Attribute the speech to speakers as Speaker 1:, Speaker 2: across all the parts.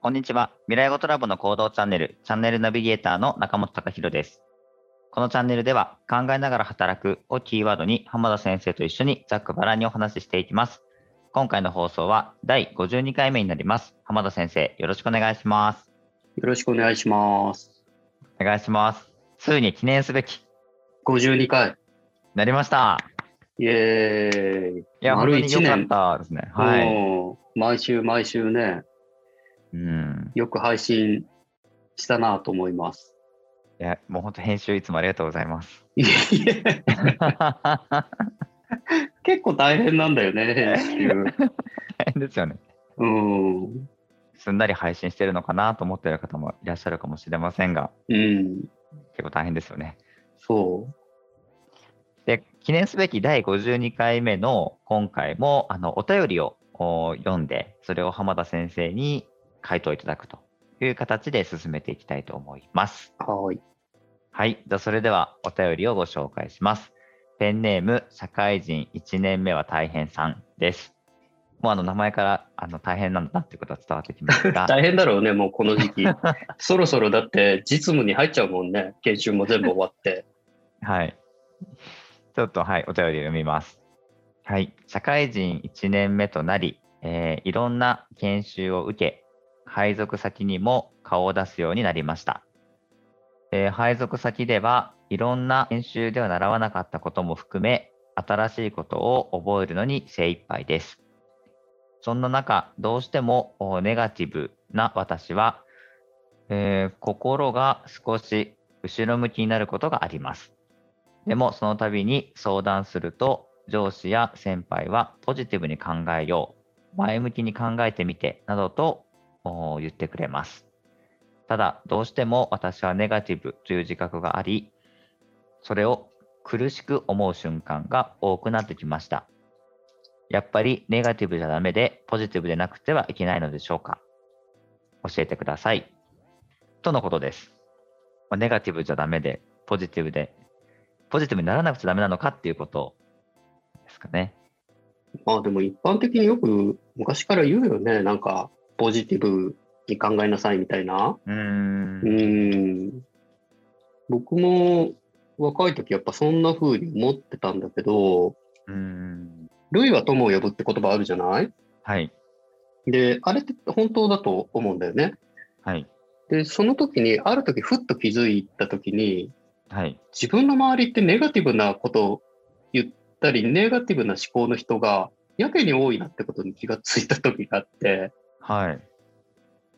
Speaker 1: こんにちは。未来語トラボの行動チャンネル、チャンネルナビゲーターの中本隆弘です。このチャンネルでは、考えながら働くをキーワードに浜田先生と一緒にざっくばらんにお話ししていきます。今回の放送は第52回目になります。浜田先生、よろしくお願いします。
Speaker 2: よろしくお願いします。
Speaker 1: お願いします。ついに記念すべき、
Speaker 2: 52回。
Speaker 1: なりました。
Speaker 2: イエーイ。
Speaker 1: いや、本
Speaker 2: 丸
Speaker 1: 当
Speaker 2: 一
Speaker 1: に良かったですね。はい。
Speaker 2: もう毎週毎週ね、
Speaker 1: うん。
Speaker 2: よく配信したなと思います。
Speaker 1: いや、もう本当編集いつもありがとうござい ます。
Speaker 2: いえいえ
Speaker 1: 大
Speaker 2: 結構大変なんだよね、編集。
Speaker 1: 変ですよね。
Speaker 2: うん。
Speaker 1: すんなり配信してるのかなと思ってる方もいらっしゃるかもしれませんが、
Speaker 2: うん。
Speaker 1: 結構大変ですよね。
Speaker 2: そ
Speaker 1: で、記念すべき第52回目の今回も、あの、お便りをお読んで、それを浜田先生に回答いただくという形で進めていきたいと思います。
Speaker 2: う。はい。
Speaker 1: はい。じゃあ、それではお便りをご紹介します。ペンネーム、社会人1年目は大変さんです。もうあの名前からあの大変なんだなっていうことは伝わってきます が、
Speaker 2: 大変だろうね、もうこの時 期。そろそろだって実務に入っちゃうもんね。研修も全部終わって。
Speaker 1: はい。ちょっと、はい、お便り読みます。はい。社会人1年目となり、えーいろんな研修を受け、配属先にも顔を出すようになりました。えー配属先では、いろんな研修では習わなかったことも含め、新しいことを覚えるのに精一杯です。そんな中、どうしてもおネガティブな私は、えー心が少し後ろ向きになることがあります。でもその度に相談すると上司や先輩はポジティブに考えよう、前向きに考えてみてなどとお言ってくれます。ただどうしても私はネガティブという自覚があり、それを苦しく思う瞬間が多くなってきました。やっぱりネガティブじゃダメでポジティブでなくてはいけないのでしょうか教えてください。とのことです。まあネガティブじゃダメで、ポジティブで、ポジティブにならなくちゃダメなのかっていうことですかね。
Speaker 2: まあでも一般的によく昔から言うよね。なんか、ポジティブに考えなさいみたいな。
Speaker 1: うー。
Speaker 2: うんん僕も若い時やっぱそんな風に思ってたんだけど
Speaker 1: うーん。
Speaker 2: 「類は友を呼ぶ」って言葉あるじゃない
Speaker 1: はい。
Speaker 2: であれって本当だと思うんだよね。
Speaker 1: はい。
Speaker 2: でその時にある時ふっと気づいた時に
Speaker 1: はい。
Speaker 2: 自分の周りってネガティブなことを言ったりネガティブな思考の人がやけに多いなってことに気がついた時があって
Speaker 1: はい。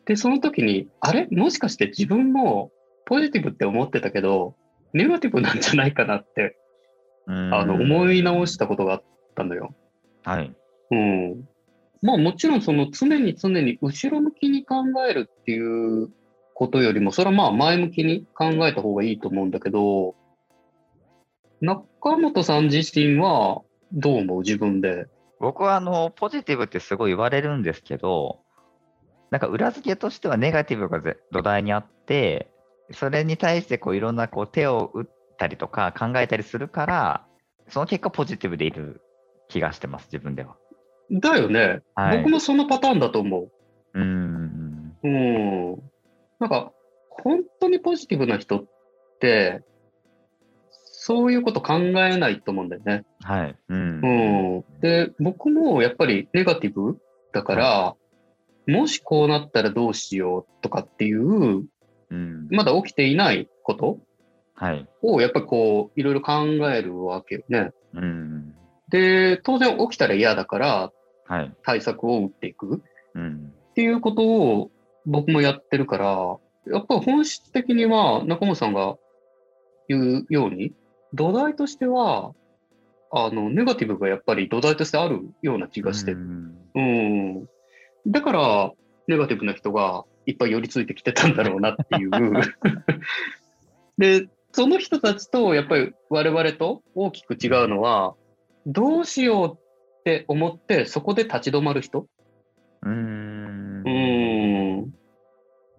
Speaker 2: でその時にあれもしかして自分もポジティブって思ってたけどネガティブなんじゃないかなって
Speaker 1: うーん
Speaker 2: あの思い直し。たことがあったのよ。
Speaker 1: はい。
Speaker 2: うん。まあもちろんその常に常に後ろ向きに考えるっていうことよりも、それはまあ前向きに考えた方がいいと思うんだけど、中本さん自身はどう思う自分で。
Speaker 1: 僕はあの、ポジティブってすごい言われるんですけど、なんか裏付けとしてはネガティブがぜ土台にあって、それに対してこういろんなこう手を打ったりとか考えたりするから、その結果ポジティブでいる気がしてます、自分では。
Speaker 2: だよね。
Speaker 1: はい
Speaker 2: 僕もそのパターンだと思
Speaker 1: うーん。
Speaker 2: う。うん。なんか本当にポジティブな人って、そういうこと考えないと思うんだよね。
Speaker 1: はい。うん。
Speaker 2: うん、で僕もやっぱりネガティブだから、もしこうなったらどうしようとかっていう
Speaker 1: うん。
Speaker 2: まだ起きていないこと
Speaker 1: はい。
Speaker 2: をやっぱりこういろいろ考えるわけよね。
Speaker 1: うん。
Speaker 2: で当然起きたら嫌だから
Speaker 1: はい。
Speaker 2: 対策を打っていく
Speaker 1: うん。
Speaker 2: っていうことを僕もやってるからやっぱ本質的には中本さんが言うように土台としてはあのネガティブがやっぱり土台としてあるような気がしてる
Speaker 1: うん
Speaker 2: うん。だから、ネガティブな人がいっぱい寄りついてきてたんだろうなっていう。で、その人たちと、やっぱり我々と大きく違うのは、どうしようって思って、そこで立ち止まる人。
Speaker 1: うん。
Speaker 2: うん。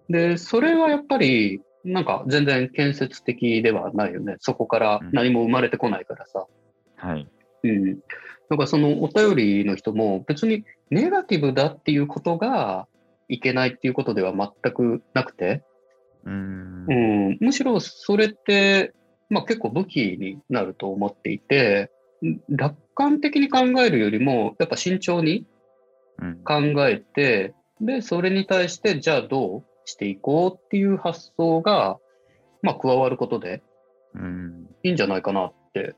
Speaker 2: で、それはやっぱり、なんか全然建設的ではないよね。そこから何も生まれてこないからさ。
Speaker 1: はい。
Speaker 2: うん。なんかそのお便りの人も別にネガティブだっていうことがいけないっていうことでは全くなくて、
Speaker 1: うーん
Speaker 2: う。ん、むしろそれって、まあ、結構武器になると思っていて、楽観的に考えるよりも、やっぱ慎重に
Speaker 1: うん
Speaker 2: 考えて、で、それに対して、じゃあどうしていこうっていう発想が、まあ、加わることで
Speaker 1: うん。
Speaker 2: いいんじゃないかなって、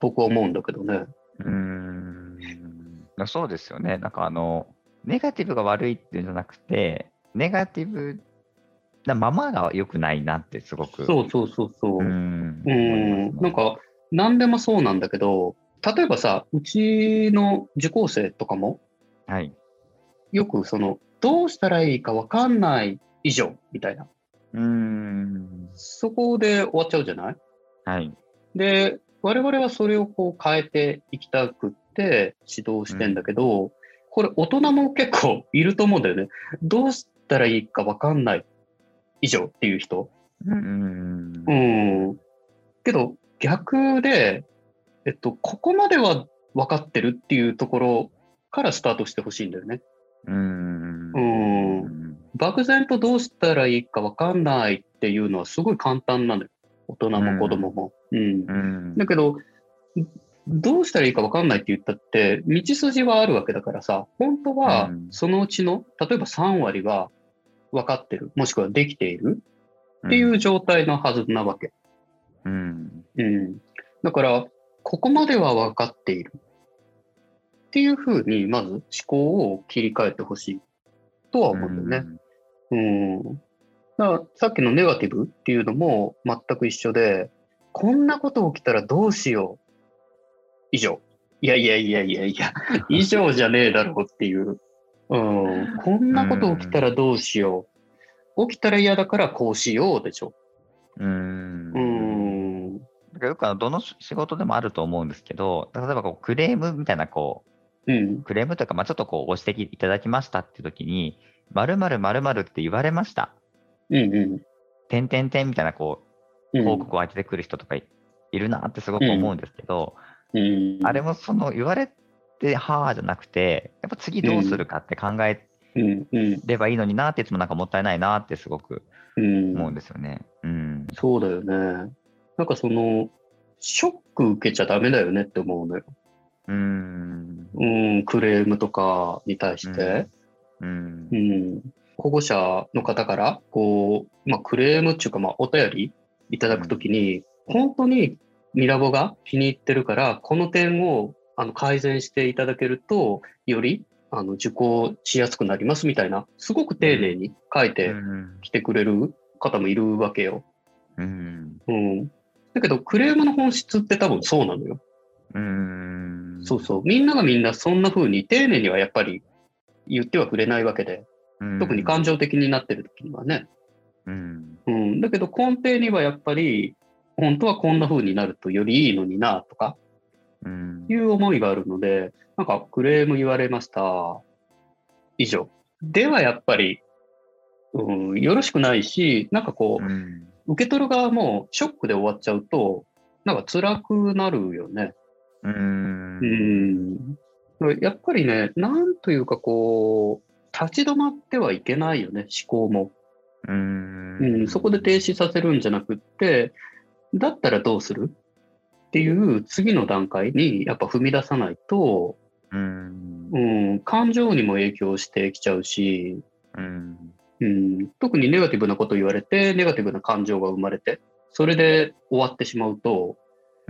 Speaker 2: 僕は思うんだけどね。
Speaker 1: うーん。そうですよね。なんかあの、ネガティブが悪いっていうんじゃなくて、ネガティブなままが良くないなってすごく。
Speaker 2: そうそうそうそ
Speaker 1: う
Speaker 2: う。
Speaker 1: ん。
Speaker 2: う
Speaker 1: 思い
Speaker 2: ん
Speaker 1: ますね
Speaker 2: なん、か、何でもそうなんだけど、例えばさ、うちの受講生とかも、
Speaker 1: はい。
Speaker 2: よくその、どうしたらいいか分かんない以上、みたいな。
Speaker 1: うーん。
Speaker 2: そこで終わっちゃうじゃない
Speaker 1: はい。
Speaker 2: で、我々はそれをこう変えていきたくって指導してんだけど、これ大人も結構いると思うんだよね。どうしたらいいか分かんない以上っていう人。
Speaker 1: うーん。
Speaker 2: うん。けど逆で、えっと、ここまでは分かってるっていうところからスタートしてほしいんだよね。
Speaker 1: うーん。
Speaker 2: うん漠然とどうしたらいいか分かんないっていうのはすごい簡単なのよ。大人も子供も。うん
Speaker 1: うん。
Speaker 2: だけど、どうしたらいいか分かんないって言ったって、道筋はあるわけだからさ、本当は
Speaker 1: うん
Speaker 2: そのうちの、例えば3割は分かってる、もしくはできているっていう状態のはずなわけ。
Speaker 1: うん。
Speaker 2: うん。だから、ここまでは分かっているっていうふうに、まず思考を切り替えてほしいとは思うんだよね。うん。だからさっきのネガティブっていうのも全く一緒で、こんなこと起きたらどうしよう。以上。いやいやいやいやいや、以上じゃねえだろうっていう。うん。こんなこと起きたらどうしよう。起きたら嫌だからこうしようでしょ。
Speaker 1: うん。
Speaker 2: う
Speaker 1: うん。
Speaker 2: ん。
Speaker 1: だからよくあのどの仕事でもあると思うんですけど、例えばこうクレームみたいなこう
Speaker 2: うん。
Speaker 1: クレームというか、まあ、ちょっとこうご指摘いただきましたって時に、まるまるまるまるって言われました。
Speaker 2: うんうん。
Speaker 1: てんてんてんみたいなこ
Speaker 2: う
Speaker 1: うん報告を当ててくる人とかいいるなってすごく思うんですけど、
Speaker 2: うん
Speaker 1: あれもその言われてはあじゃなくて、やっぱ次どうするかって考え
Speaker 2: うんうん
Speaker 1: ればいいのになっていつもなんかもったいないなってすごく
Speaker 2: うん
Speaker 1: 思うんですよね。うん。
Speaker 2: そうだよね。なんかその、ショック受けちゃダメだよねって思うのよ。
Speaker 1: うん。
Speaker 2: うん、クレームとかに対して。
Speaker 1: うん
Speaker 2: う。ん。保護者の方から、こう、まあ、クレームっていうか、まあ、お便りいただくときに、本当にミラボが気に入ってるから、この点をあの改善していただけると、よりあの受講しやすくなりますみたいな、すごく丁寧に書いて
Speaker 1: うん
Speaker 2: きてくれる方もいるわけよ。
Speaker 1: うん。
Speaker 2: うん。だけど、クレームの本質って多分そうなのよ。
Speaker 1: うん。
Speaker 2: そうそう。みんながみんなそんな風に丁寧にはやっぱり言ってはくれないわけで、
Speaker 1: うん。
Speaker 2: 特に感情的になってる時にはね。
Speaker 1: うん。
Speaker 2: うん。だけど、根底にはやっぱり、本当はこんな風になるとよりいいのにな、とか
Speaker 1: うん。
Speaker 2: いう思いがあるので、なんかクレーム言われました。以上。ではやっぱり、うん、よろしくないし、なんかこう、
Speaker 1: うん
Speaker 2: 受け取る側もショックで終わっちゃうと、なんか辛くなるよね。
Speaker 1: うん
Speaker 2: うんやっぱりね、なんというかこう、立ち止まってはいけないよね、思考も。
Speaker 1: う
Speaker 2: うんん、そこで停止させるんじゃなくって、だったらどうするっていう次の段階にやっぱ踏み出さないと、
Speaker 1: うん
Speaker 2: うん、感情にも影響してきちゃうし、
Speaker 1: うん
Speaker 2: うん、特にネガティブなこと言われて、ネガティブな感情が生まれて、それで終わってしまうと、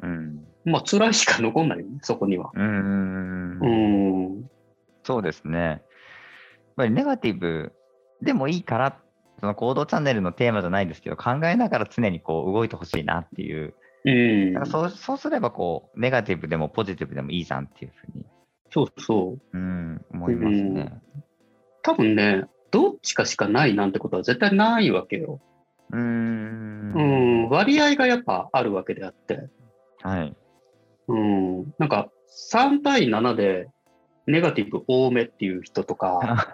Speaker 1: うん
Speaker 2: まあ辛いしか残んないよね、そこには。
Speaker 1: うん
Speaker 2: うん、
Speaker 1: そうですね。やっぱりネガティブでもいいから、その行動チャンネルのテーマじゃないですけど、考えながら常にこう動いてほしいなっていう、
Speaker 2: うん
Speaker 1: だからそうそうすればこう、ネガティブでもポジティブでもいいじゃんっていうふうに、
Speaker 2: そうそう。
Speaker 1: うん、思いますね。
Speaker 2: 多分ね、どっちかしかないなんてことは絶対ないわけよ。
Speaker 1: うーん
Speaker 2: う。ん、割合がやっぱあるわけであって、
Speaker 1: はい。
Speaker 2: うん、なんか3対7でネガティブ多めっていう人とか、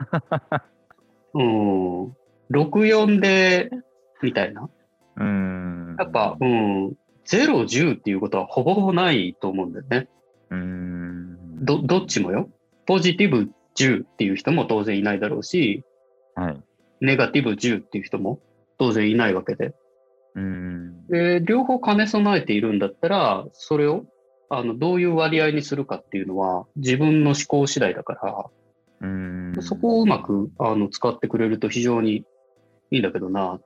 Speaker 2: うん、64でみたいな、
Speaker 1: うん。
Speaker 2: やっぱ、うん、ゼロ、10っていうことはほぼほぼないと思うんだよね。
Speaker 1: うん。
Speaker 2: ど、どっちもよ。ポジティブ10っていう人も当然いないだろうし、
Speaker 1: はい。
Speaker 2: ネガティブ10っていう人も当然いないわけで。
Speaker 1: うん。
Speaker 2: で、両方兼ね備えているんだったら、それを、あの、どういう割合にするかっていうのは、自分の思考次第だか
Speaker 1: う
Speaker 2: ら、
Speaker 1: ん。
Speaker 2: そこをうまくあの使ってくれると非常にいいんだけどな。っ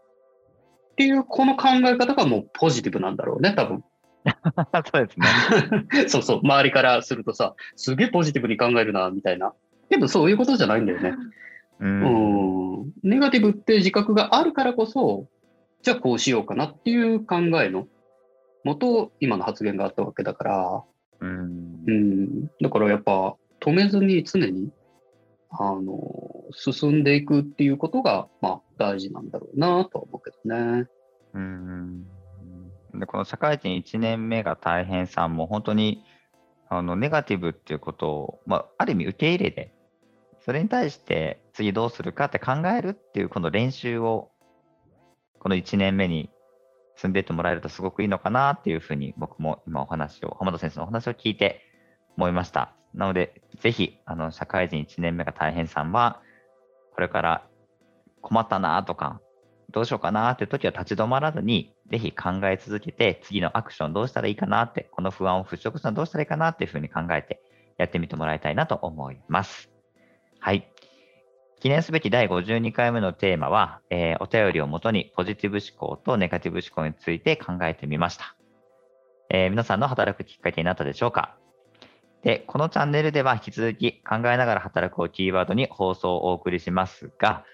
Speaker 2: ていう、この考え方がもうポジティブなんだろうね、多分。
Speaker 1: そうですね。
Speaker 2: そうそう、周りからするとさ、すげえポジティブに考えるな、みたいな。けどそういうことじゃないんだよね。
Speaker 1: う。
Speaker 2: うんん。ネガティブって自覚があるからこそ、じゃあこうしようかなっていう考えのもと、今の発言があったわけだから、
Speaker 1: うん
Speaker 2: う。ん。だからやっぱ、止めずに常に、あの、進んでいくっていうことが、まあ、大事なんだろうなとは思うけどね。
Speaker 1: うんでこの社会人1年目が大変さんも本当にあのネガティブっていうことを、まあ、ある意味受け入れてそれに対して次どうするかって考えるっていうこの練習をこの1年目に積んでいってもらえるとすごくいいのかなっていうふうに僕も今お話を浜田先生のお話を聞いて思いましたなのでぜひあの社会人1年目が大変さんはこれから困ったなとかどうしようかなーって時は立ち止まらずに、ぜひ考え続けて、次のアクションどうしたらいいかなって、この不安を払拭したらどうしたらいいかなっていうふうに考えてやってみてもらいたいなと思います。はい。記念すべき第52回目のテーマは、えーお便りをもとにポジティブ思考とネガティブ思考について考えてみました。えー皆さんの働くきっかけになったでしょうかで、このチャンネルでは引き続き考えながら働くをキーワードに放送をお送りしますが、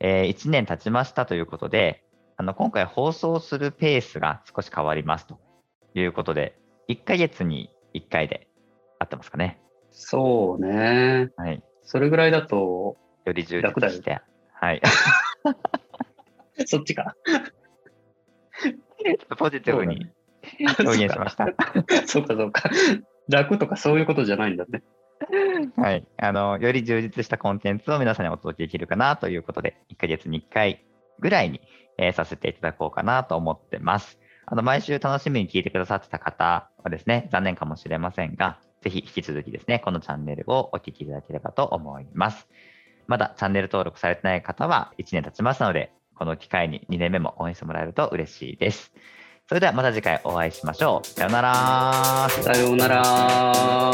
Speaker 1: え1年経ちましたということで、あの今回放送するペースが少し変わりますということで、1ヶ月に1回で合ってますかね。
Speaker 2: そうね。
Speaker 1: はい。
Speaker 2: それぐらいだと、
Speaker 1: より充
Speaker 2: 楽だ
Speaker 1: 実
Speaker 2: よ
Speaker 1: して。はい。
Speaker 2: そっちか。
Speaker 1: ポジティブに 表現しました。
Speaker 2: そうかそうか。楽とかそういうことじゃないんだね。
Speaker 1: はい、あのより充実したコンテンツを皆さんにお届けできるかなということで、1ヶ月に1回ぐらいに、えーさせていただこうかなと思ってます。あの毎週楽しみに聞いてくださってた方はですね、残念かもしれませんが、ぜひ引き続きですね、このチャンネルをお聞きいただければと思います。まだチャンネル登録されてない方は1年経ちますので、この機会に2年目も応援してもらえると嬉しいです。それではまた次回お会いしましょう。さようなら。
Speaker 2: さようなら。